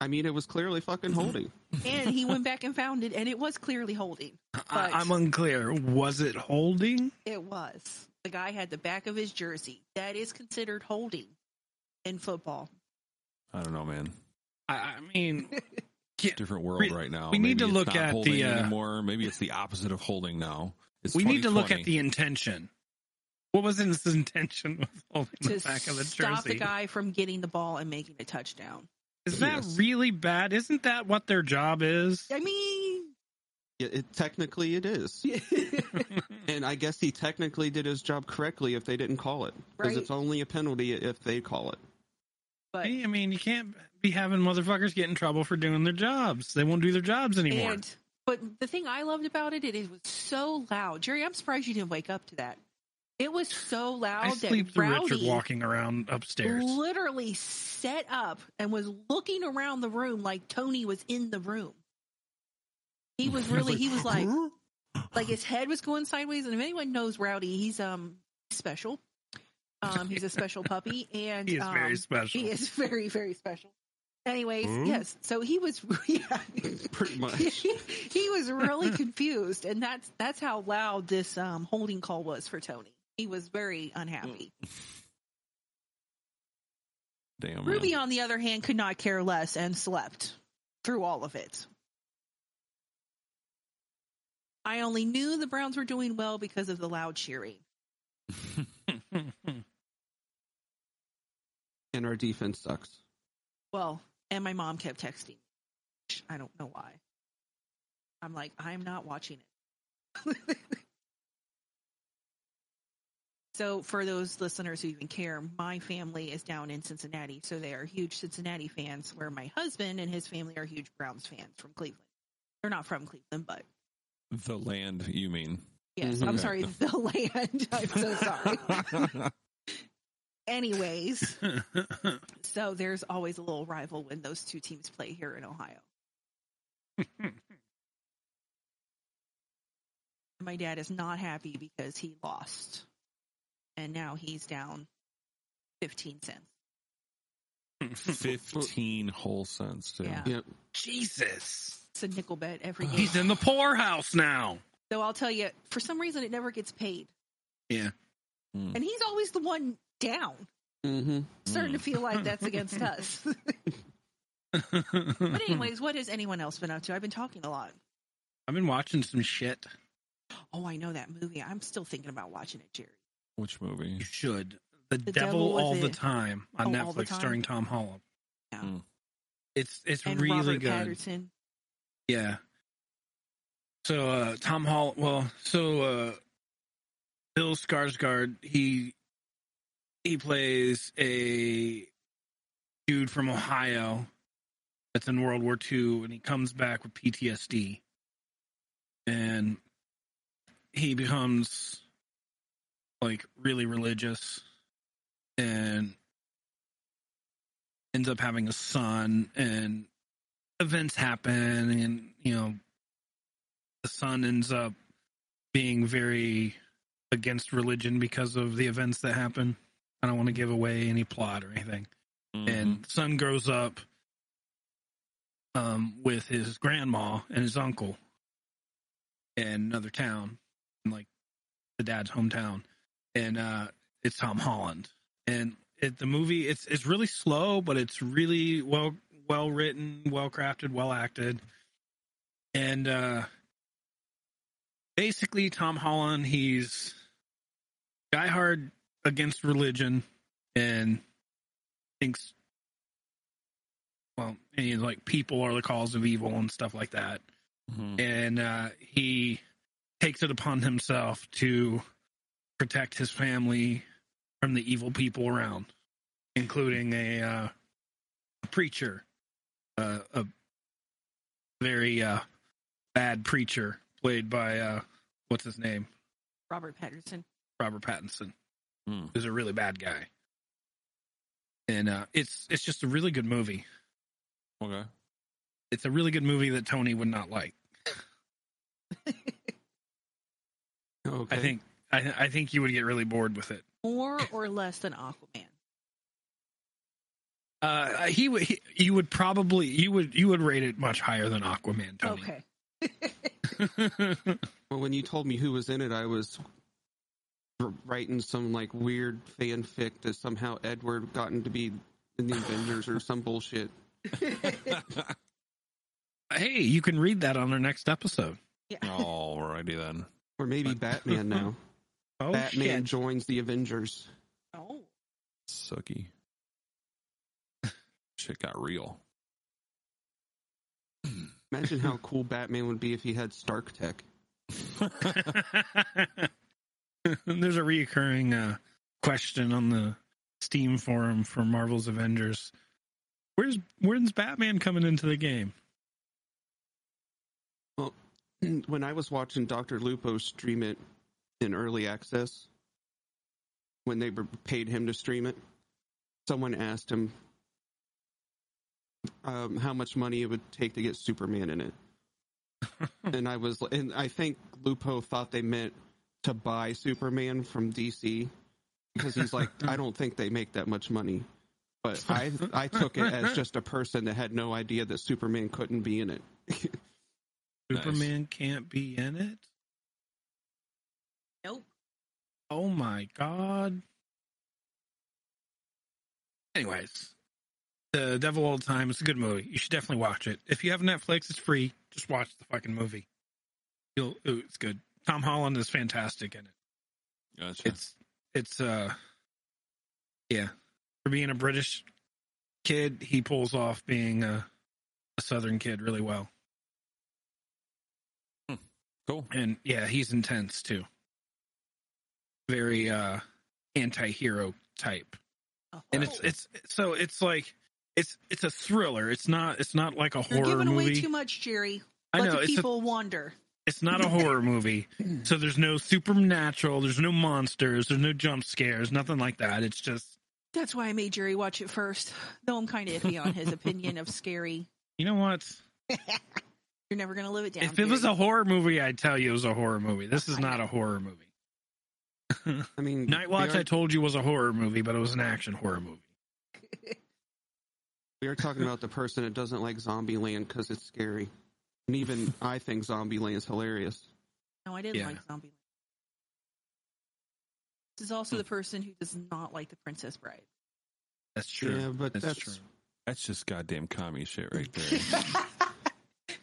I mean, it was clearly fucking Mm-hmm. holding. and he went back and found it, and it was clearly holding. I, I'm unclear. Was it holding? It was. The guy had the back of his jersey. That is considered holding in football. I don't know, man. I, I mean, Different world We- right now. we need to it's look not at the, holding uh, anymore. Maybe it's the opposite of holding now. It's we need to look at 2020. the intention. What was his intention with holding To the back of the stop the jersey? guy from getting the ball and making a touchdown. Is that Yes. really bad? Isn't that what their job is? I mean, Yeah, it, technically, it is. And I guess he technically did his job correctly if they didn't call it. Because Right. it's only a penalty if they call it. but I mean, you can't be having motherfuckers get in trouble for doing their jobs. They won't do their jobs anymore. and but the thing I loved about it, it, it was so loud. Jerry, I'm surprised you didn't wake up to that. It was so I loud sleep that through Richard Rowdy walking around upstairs. literally set up and was looking around the room like Tony was in the room. He was really he was like like his head was going sideways. And if anyone knows Rowdy, he's um special. Um, he's a special puppy, and He is um, very special. Oh. He is very very special. Anyways, Hmm? yes. So he was, yeah, Pretty much. he was really confused, and that's that's how loud this um, holding call was for Tony. He was very unhappy. Damn, Mm. uh, man. Ruby, on the other hand, could not care less and slept through all of it. I only knew the Browns were doing well because of the loud cheering. And our defense sucks. Well, and my mom kept texting. I don't know why. I'm like, I'm not watching it. so, for those listeners who even care, my family is down in Cincinnati. So, they are huge Cincinnati fans, where my husband and his family are huge Browns fans from Cleveland. They're not from Cleveland, but the land, you mean? yes, Mhm. I'm sorry, the land. I'm so sorry. Anyways. So there's always a little rival when those two teams play here in Ohio. My dad is not happy because he lost. And now he's down 15 cents. Fifteen whole cents. Too. Yeah. Yep. Jesus. It's a nickel bet every game. He's in the poorhouse now. So I'll tell you, for some reason, it never gets paid. Yeah. Mm. And he's always the one down. Mm-hmm. Starting to feel like that's against us. but, anyways, what has anyone else been up to? I've been talking a lot. I've been watching some shit. Oh, I know that movie. I'm still thinking about watching it, Jerry. Which movie? You should. The, The Devil, Devil All the Within. Time on Oh, All the Netflix Time. starring Tom Holland. Yeah. Mm. It's it's and really Robert good. Patterson. Yeah. So uh Tom Hall well, so uh Bill Skarsgård, he he plays a dude from Ohio that's in World War II and he comes back with PTSD. And he becomes like really religious and ends up having a son and events happen and you know the son ends up being very against religion because of the events that happen i don't want to give away any plot or anything and son grows up um, with his grandma and his uncle in another town in like the dad's hometown and uh it's tom holland and it, the movie it's it's really slow but it's really well well written well crafted well acted and uh basically tom holland he's guy hard against religion and thinks well and he's like people are the cause of evil and stuff like that Mhm. and uh, he takes it upon himself to protect his family from the evil people around, including a, uh, a preacher, uh, a very uh, bad preacher played by uh, what's his name, Robert Patterson. Robert Pattinson, Hmm. who's a really bad guy. And uh, it's it's just a really good movie. okay. It's a really good movie that Tony would not like. Okay. I think I, I think you would get really bored with it. More or less than Aquaman. Uh, he would. he- You would probably. You would. You would rate it much higher than Aquaman, Tony. Okay. Well, when you told me who was in it, I was r- writing some like weird fanfic that somehow Edward gotten to be in the Avengers or some bullshit. hey, you can read that on our next episode. Alrighty then. Or maybe But- Batman now. Oh Batman shit! joins the Avengers. Oh. Sucky. Shit got real. Imagine how cool Batman would be if he had Stark Tech. There's a reoccurring uh, question on the Steam forum for Marvel's Avengers. Where's when's Batman coming into the game? When I was watching Dr. Lupo stream it in early access, when they were paid him to stream it, someone asked him um, how much money it would take to get Superman in it. and I was, and I think Lupo thought they meant to buy Superman from DC because he's like, I don't think they make that much money. But I, I took it as just a person that had no idea that Superman couldn't be in it. Nice. Superman can't be in it. Nope. Oh my god. Anyways, The Devil All the Time is a good movie. You should definitely watch it. If you have Netflix, it's free. Just watch the fucking movie. You'll ooh, it's good. Tom Holland is fantastic in it. Gotcha. It's it's uh yeah. For being a British kid, he pulls off being a, a southern kid really well. cool. And yeah, he's intense too. Very uh anti-hero type. Oh. and it's it's so it's like it's it's a thriller. It's not it's not like a You're horror giving away movie. too much, Jerry. I Let know the it's a, people wander. it's not a horror movie. So there's no supernatural. There's no monsters. There's no jump scares. Nothing like that. It's just That's why I made Jerry watch it first, though I'm kind of iffy on his opinion of scary. you know what? You're never going to live it down. if it was a Jerry. horror movie, I'd tell you it was a horror movie. This is not a horror movie. I mean, Night Watch, we I are, told you was a horror movie, but it was an action horror movie. we are talking about the person that doesn't like Zombieland because it's scary. And even I think Zombieland is hilarious. no, I didn't Yeah. like Zombie. This is also the person who does not like The Princess Bride. That's true. Yeah, but that's, that's- true. That's just goddamn commie shit right there.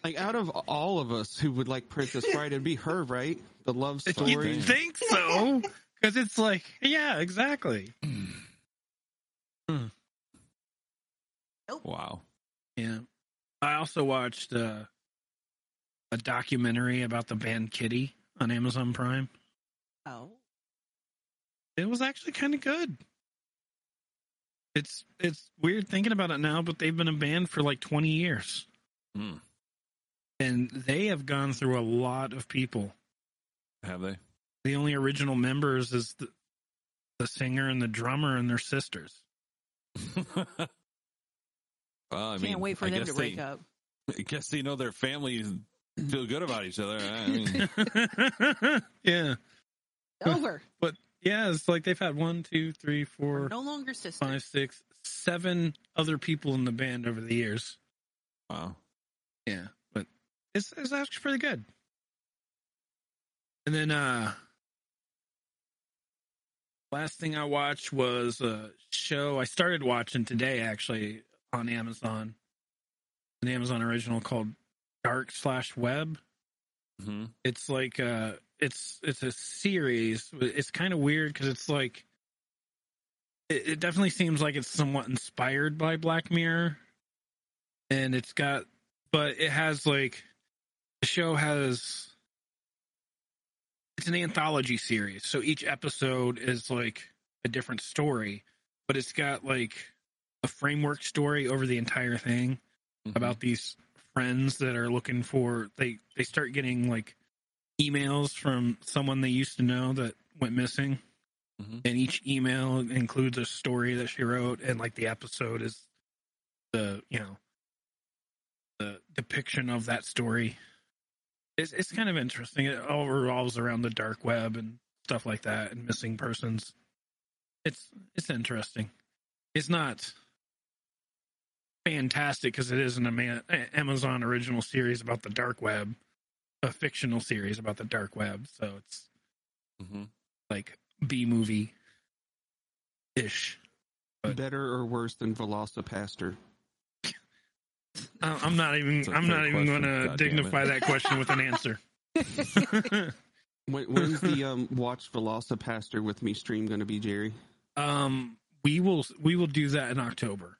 Like out of all of us who would like Princess Bride, it'd be her, right? The love story. You think so? Because it's like, yeah, exactly. wow. Yeah. I also watched uh, a documentary about the band Kitty on Amazon Prime. Oh, It was actually kind of good. It's it's weird thinking about it now, but they've been a band for like 20 years. Hmm. And they have gone through a lot of people. Have they? The only original members is the, the singer and the drummer and their sisters. well, I can't mean, wait for I them guess to break they, up. I guess they know their families feel good about each other. I mean, yeah. Over. Yeah, it's like they've had one, two, three, We're four, no longer sisters. five, six, seven other people in the band over the years. wow. Yeah, but it's it's actually pretty good. And then uh last thing I watched was a show I started watching today actually on Amazon. An Amazon original called Dark Slash Web. hmm It's like uh it's it's a series. It's kind of weird cuz it's like it, it definitely seems like it's somewhat inspired by Black Mirror and it's got but it has like the show has it's an anthology series so each episode is like a different story but it's got like a framework story over the entire thing Mm-hmm. about these friends that are looking for they they start getting like emails from someone they used to know that went missing Mhm. and each email includes a story that she wrote and like the episode is the you know the depiction of that story it's, it's kind of interesting it all revolves around the dark web and stuff like that and missing persons it's it's interesting it's not fantastic because it is an Ama- A- Amazon original series about the dark web, a fictional series about the dark web. So it's Mhm. like B movie ish. But- Better or worse than Velocipaster? I- I'm not even. It's a I'm not third even question, going to goddammit. dignify that question with an answer. Oh, When, when's the um, watch Velocipaster with me stream going to be, Jerry? um, we will. We will do that in October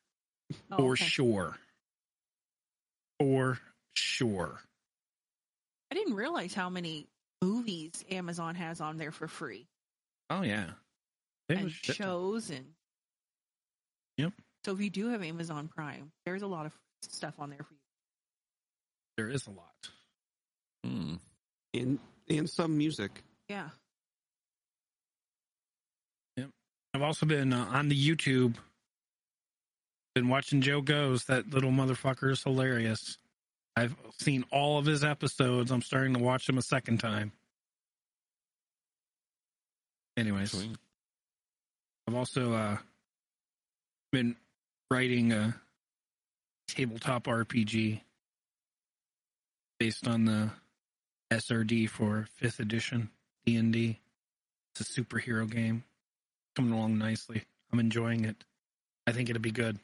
Oh, for okay. sure. For sure. I didn't realize how many movies Amazon has on there for free Oh yeah. They and was shit ton. shows and. Yep. So if you do have Amazon Prime, there's a lot of stuff on there for you. There is a lot. Hmm. And and some music. Yeah. I've also been uh, on the YouTube. Been watching Joe Goes. That little motherfucker is hilarious. I've seen all of his episodes. I'm starting to watch him a second time. Anyways, Sweet. I've also uh, been writing a tabletop RPG based on the SRD for fifth edition D and D. It's a superhero game coming along nicely. I'm enjoying it. I think it'll be good.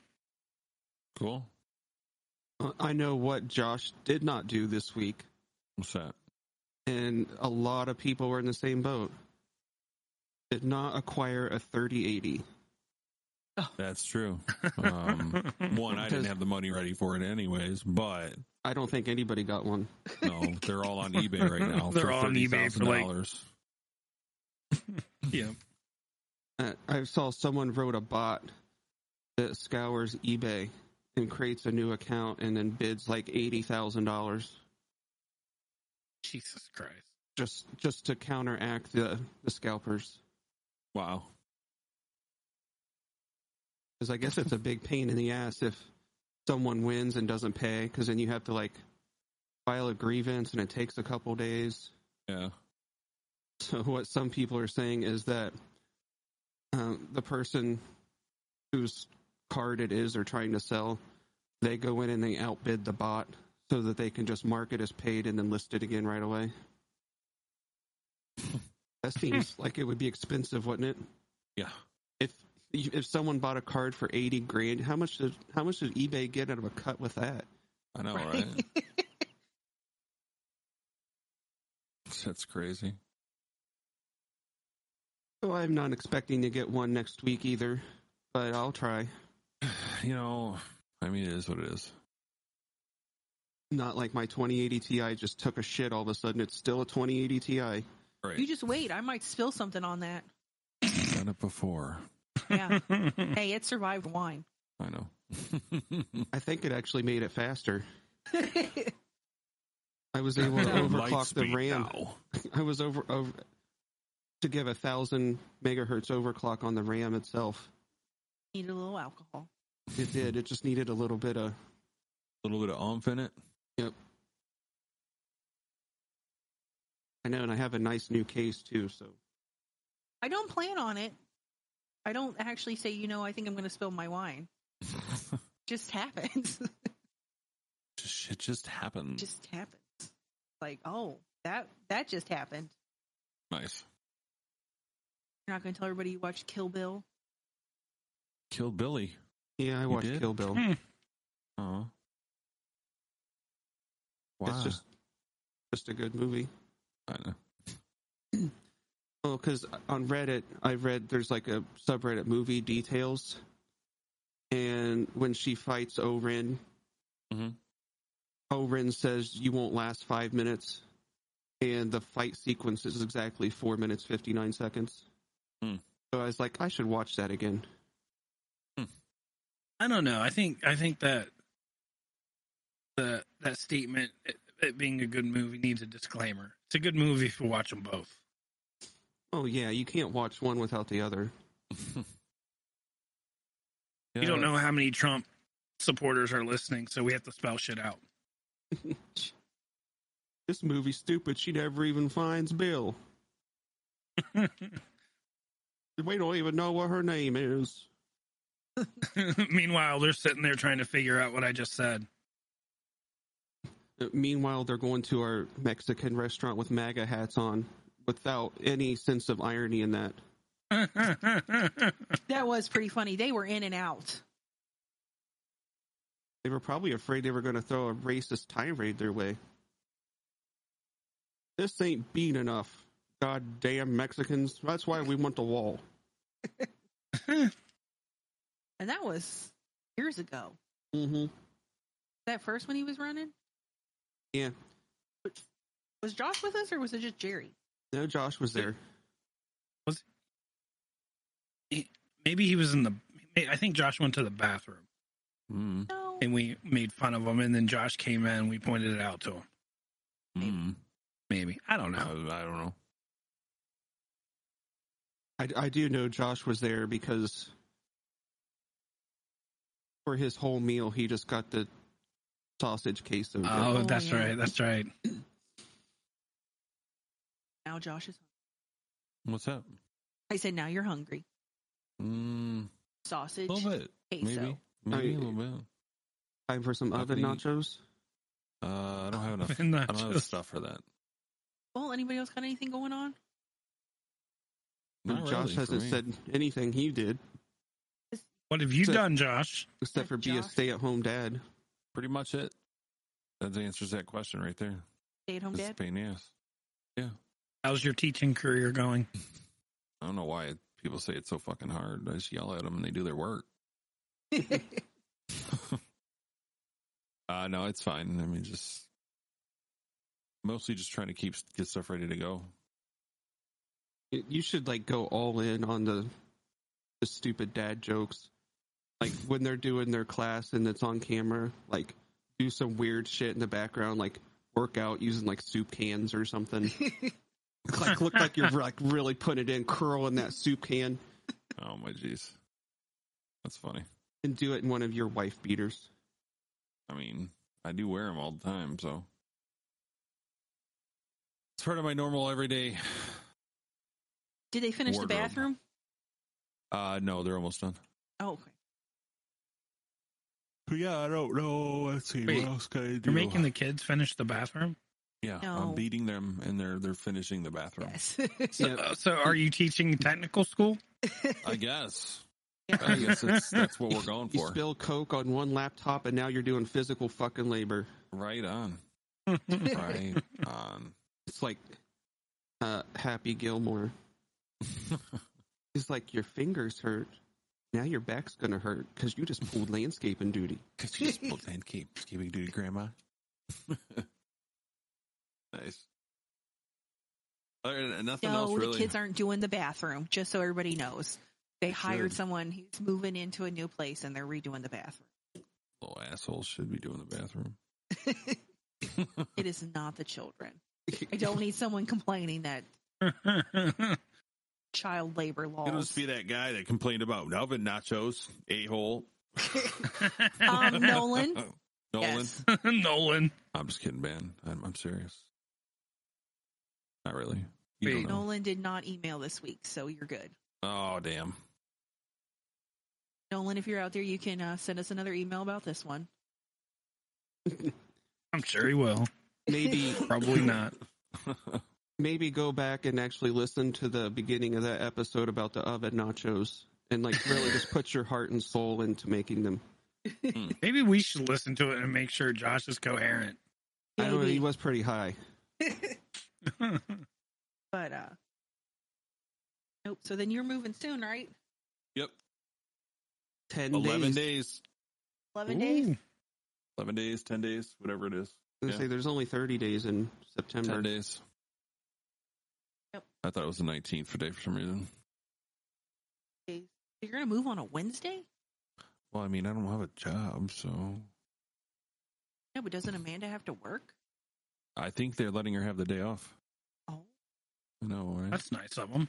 Cool. Uh, I know what Josh did not do this week, What's that? and a lot of people were in the same boat. Did not acquire a 3080. That's true. Um, One, I didn't Because- have the money ready for it, anyways. But I don't think anybody got one. no, they're all on eBay right now. They're for all on eBay for, like- $30,000. yeah. Uh, I saw someone wrote a bot that scours eBay and creates a new account and then bids like $80,000 Jesus Christ. just just to counteract the, the scalpers. Wow. Because I guess it's a big pain in the ass if someone wins and doesn't pay, because then you have to like file a grievance and it takes a couple days. Yeah. So what some people are saying is that um, the person whose card it is they're trying to sell, they go in and they outbid the bot so that they can just mark it as paid and then list it again right away. that seems like it would be expensive, wouldn't it? Yeah. If if someone bought a card for eighty grand, how much did how much did eBay get out of a cut with that? I know, right? That's crazy. So Oh, I'm not expecting to get one next week either, but I'll try. You know, I mean, it is what it is. Not like my 2080 Ti just took a shit all of a sudden. It's still a 2080 Ti. Right. You just wait. I might spill something on that. done it before. Yeah. hey, it survived wine. I know. I think it actually made it faster. I was able to Light overclock the speed RAM. now. I was over over to give a thousand megahertz overclock on the RAM itself. Need a little alcohol. It did. It just needed a little bit of A little bit of oomph in it. I know, and I have a nice new case too. So I don't plan on it. I don't actually say, you know, I think I'm going to spill my wine. Just Hmm. happens. Just- Shit just happened. just happens. Like, oh, that that just happened. nice. You're not going to tell everybody you watched Kill Bill. Killed Billy. yeah, I You watched did? Hmm. Kill Bill. Uh-huh. It's just just a good movie. I know. Well, because on Reddit, I read there's like a subreddit movie details, and when she fights Oren, Mhm. Oren says you won't last five minutes, and the fight sequence is exactly four minutes fifty nine seconds. Hmm. So I was like, I should watch that again. I don't know. I think I think that the that statement it, it being a good movie needs a disclaimer. It's a good movie if you watch them both. Oh yeah, you can't watch one without the other. You don't know how many Trump supporters are listening, so we have to spell shit out. This movie's stupid. She never even finds Bill. We don't even know what her name is. Meanwhile, they're sitting there trying to figure out what I just said. Uh, Meanwhile, they're going to our Mexican restaurant with MAGA hats on without any sense of irony in that. That was pretty funny. They were in and out. They were probably afraid they were going to throw a racist tirade their way. This ain't bean enough. Goddamn Mexicans. That's why we want the wall. And that was years ago. Mm-hmm. That first when he was running? Yeah. Was Josh with us or was it just Jerry? No, Josh was there. Maybe he was in the. I think Josh went to the bathroom Mm, No. and we made fun of him, and then Josh came in and we pointed it out to him. mm. Maybe I don't I, know. I don't know. I, I do know Josh was there because for his whole meal, he just got the sausage queso. Oh, Oh, that's yeah. right. That's right. Now Josh is hungry. What's that? I said, now you're hungry. Mm, Sausage. a little bit. Queso. Maybe. Maybe a little bit. Time for some I oven think- nachos. Uh, I don't have enough. And I not don't have the just- stuff for that. Well, anybody else got anything going on? Not Josh really for hasn't me. said anything he did What have you So- done, Josh? except for be a Josh- stay at home dad. Pretty much it. That answers that question right there. Stay at home It's a dad? pain in the ass. How's your teaching career going? I don't know why people say it's so fucking hard. I just yell at them and they do their work. uh, no, it's fine. I mean, just mostly just trying to keep get stuff ready to go. Y- You should like go all in on the the stupid dad jokes. Like when they're doing their class and it's on camera, like do some weird shit in the background, like work out using like soup cans or something. like look like you're like really putting it in, curling that soup can, Oh my jeez, that's funny. and do it in one of your wife beaters. I mean, I do wear them all the time, so it's part of my normal everyday. Did they finish the Wardrobe. bathroom? Uh, no, they're almost done. Oh, okay. Yeah, I don't know. Let's see Wait, what else can I do. You're making the kids finish the bathroom. yeah, No. I'm beating them, and they're they're finishing the bathroom. Yes. So, Uh, so are you teaching technical school? I guess. I guess that's, that's what we're going You for. spill coke on one laptop, and now you're doing physical fucking labor. right on. Right on. It's like uh, Happy Gilmore. It's like your fingers hurt. Now your back's gonna hurt because you just pulled landscaping duty. Because you just pulled landscape, giving duty, Grandma. nice. Other than- nothing No, else the really. kids aren't doing the bathroom. Just so everybody knows, they They hired should. someone who's moving into a new place and they're redoing the bathroom. Little assholes should be doing the bathroom. it is not the children. I don't need someone complaining that Um, child labor It'll laws. just be that guy that complained about Melvin nachos, a hole. um, Nolan, Nolan, yes, Nolan. I'm just kidding, man. I'm, I'm serious. Not really. You Wait. don't know. Nolan did not email this week, so you're good. Oh damn! Nolan, if you're out there, you can uh, send us another email about this one. I'm sure he will. Maybe Probably not. maybe go back and actually listen to the beginning of that episode about the oven nachos and like really just put your heart and soul into making them. Maybe we should listen to it and make sure Josh is coherent. I know he Maybe. was pretty high. But uh, nope. So then you're moving soon, right? yep, Ten eleven days. days, Eleven days. eleven days, ten days, whatever it is. I was Yeah. gonna Say there's only thirty days in September. Ten days. Yep. I thought it was the nineteenth today for some reason. You're gonna move on a Wednesday? Well, I mean, I don't have a job, so No, but doesn't Amanda have to work? I think they're letting her have the day off. Oh, No, right? That's nice of him.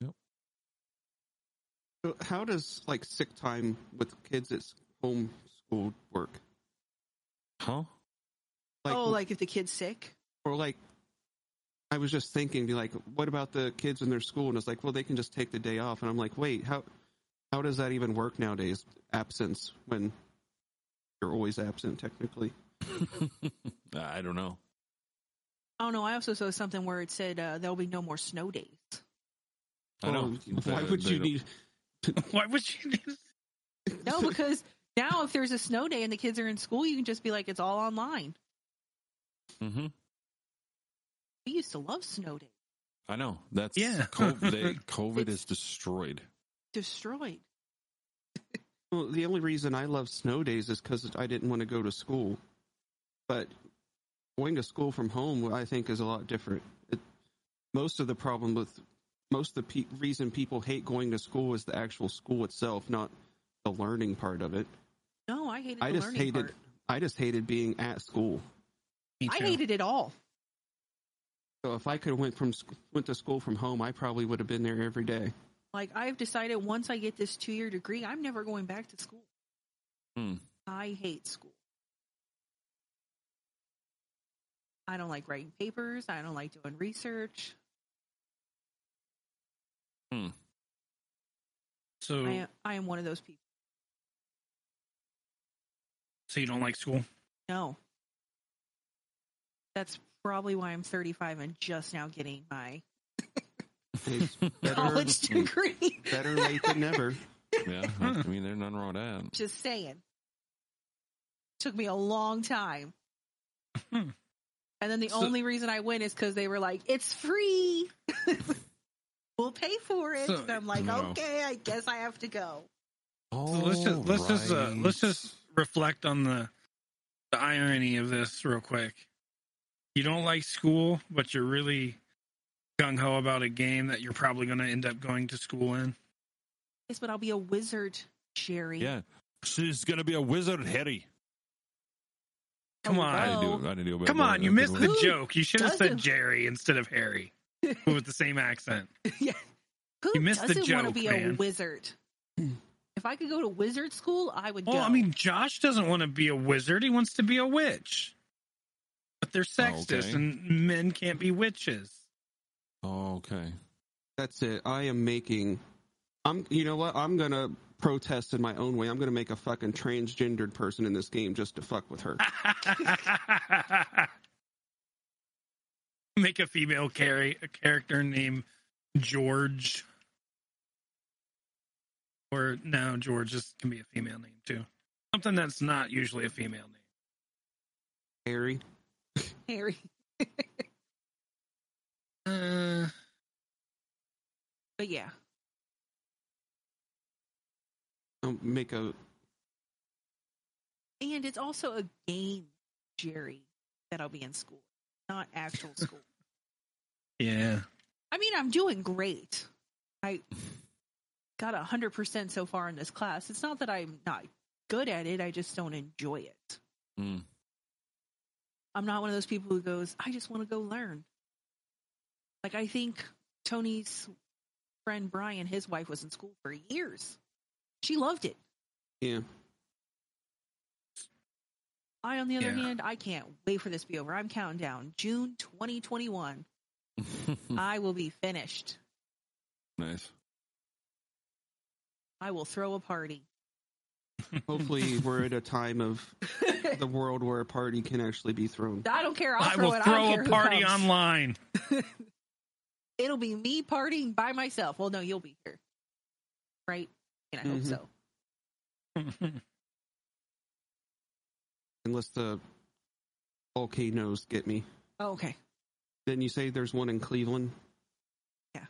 So How does like sick time with kids at s- home school work? huh? Like, oh, like if the kid's sick. or like I was just thinking, be like, what about the kids in their school? And it's like, well, they can just take the day off. And I'm like, wait, how how does that even work nowadays? Absence when you're always absent technically. I don't know. Oh no, I also saw something where it said uh, there'll be no more snow days. I know. Well, why would you need? Why would you? do this? No, because now if there's a snow day and the kids are in school, you can just be like, it's all online. hmm We used to love snow day. I know. That's Yeah. COVID, they- COVID is destroyed. Destroyed. Well, the only reason I love snow days is because I didn't want to go to school. But going to school from home, I think, is a lot different. It, most of the problem with most of the pe- reason people hate going to school is the actual school itself, not the learning part of it. No, I hated I the just learning hated. part. I just hated being at school. Me I too. hated it all. So if I could have went from sc- went to school from home, I probably would have been there every day. Like I've decided once I get this two year degree, I'm never going back to school. Hmm. I hate school. I don't like writing papers. I don't like doing research. So, Hmm. I am, I am one of those people. so you don't like school? No. That's probably why I'm 35 and just now getting my It's better, college degree. better late than never. Yeah. I mean, there's nothing wrong with that. just saying. Took me a long time. Hmm. and then the So- only reason I went is because they were like, it's free. we'll pay for it. So- and I'm like, No. okay, I guess I have to go. Oh, So let's just let's just uh, let's just reflect on the the irony of this real quick. You don't like school, but you're really gung ho about a game that you're probably going to end up going to school in. Yes, but I'll be a wizard, Jerry. Yeah. She's gonna be a wizard, Harry. Come on. I didn't Hello. do it. I didn't do it. Oh. Come on, you missed the Who joke. You should have said doesn't- Jerry instead of Harry, but with the same accent. yeah. Who You missed the doesn't want joke, to be a man. wizard? If I could go to wizard school, I would Well, go. I mean, Josh doesn't want to be a wizard. He wants to be a witch. But they're Oh, sexist, okay. and men can't be witches. Oh, okay. That's it. I am making. I'm. You know what? I'm gonna protest in my own way. I'm gonna make a fucking transgendered person in this game just to fuck with her. Make a female carry a character named George. Or no, George just can be a female name too. Something that's not usually a female name. Harry. Harry. Uh, But yeah, I'll make a. and it's also a game, Jerry. that I'll be in school, not actual school. Yeah. I mean, I'm doing great. I got a hundred percent so far in this class. It's not that I'm not good at it. I just don't enjoy it. Mm. I'm not one of those people who goes, I just want to go learn. Like I think Tony's friend Brian, his wife was in school for years. She loved it. Yeah. I, on the other Yeah. hand, I can't wait for this to be over. I'm counting down. June 2021, Hmm. I will be finished. Hmm. nice. I will throw a party. Hopefully, we're at a time of the world where a party can actually be thrown. I don't care. I'll i throw will it. I throw don't care a who party comes. online. It'll be me partying by myself. Well, no, you'll be here, right? And I hope Mhm. so. Unless the volcanoes get me. Oh, okay. Didn't you say there's one in Cleveland? Yeah.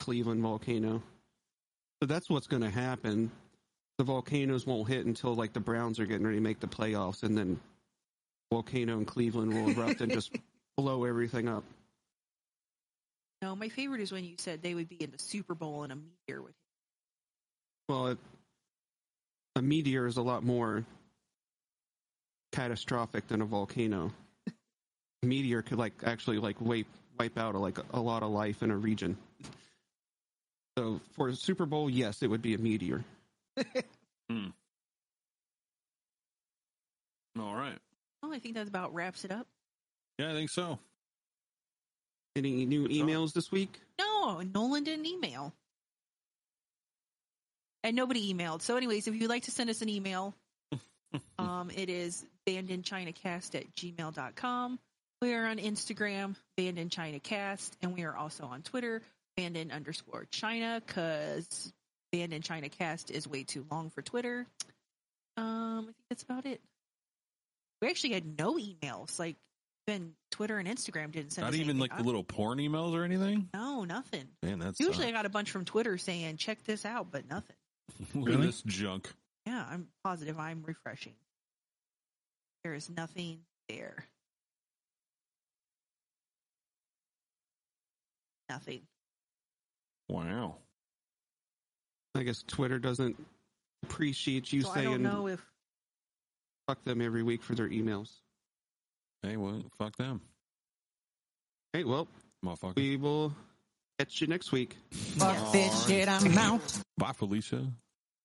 Cleveland volcano. So that's what's going to happen. The volcanoes won't hit until like the Browns are getting ready to make the playoffs, and then volcano in Cleveland will erupt and just blow everything up. No, my favorite is when you said they would be in the Super Bowl and a meteor would hit. Well, it, a meteor is a lot more catastrophic than a volcano. A meteor could like actually like wipe wipe out like a lot of life in a region. So for a Super Bowl, yes, it would be a meteor. All right. Well, I think that about wraps it up. Yeah, I think so. Any new emails this week? No, Nolan didn't email. And nobody emailed. So, anyways, if you'd like to send us an email, um, it is bandinChinaCast at gmail.com. We are on Instagram, bandinChinaCast, and we are also on Twitter, bandin underscore China, because bandinChinaCast is way too long for Twitter. Um, I think that's about it. We actually had no emails. Like, even Twitter and Instagram didn't send Not us even anything. like the I'm- little porn emails or anything. No, nothing. Man, that's Usually I got a bunch from Twitter saying, check this out, but nothing. look at Really? this junk. Yeah, I'm positive I'm refreshing. There is nothing there. Nothing. Wow. I guess Twitter doesn't appreciate you so I don't saying know if fuck them every week for their emails. Hey, well, fuck them, Hey, well, motherfucker. we will catch you next week. Fuck this shit, I'm out. Bye, Felicia.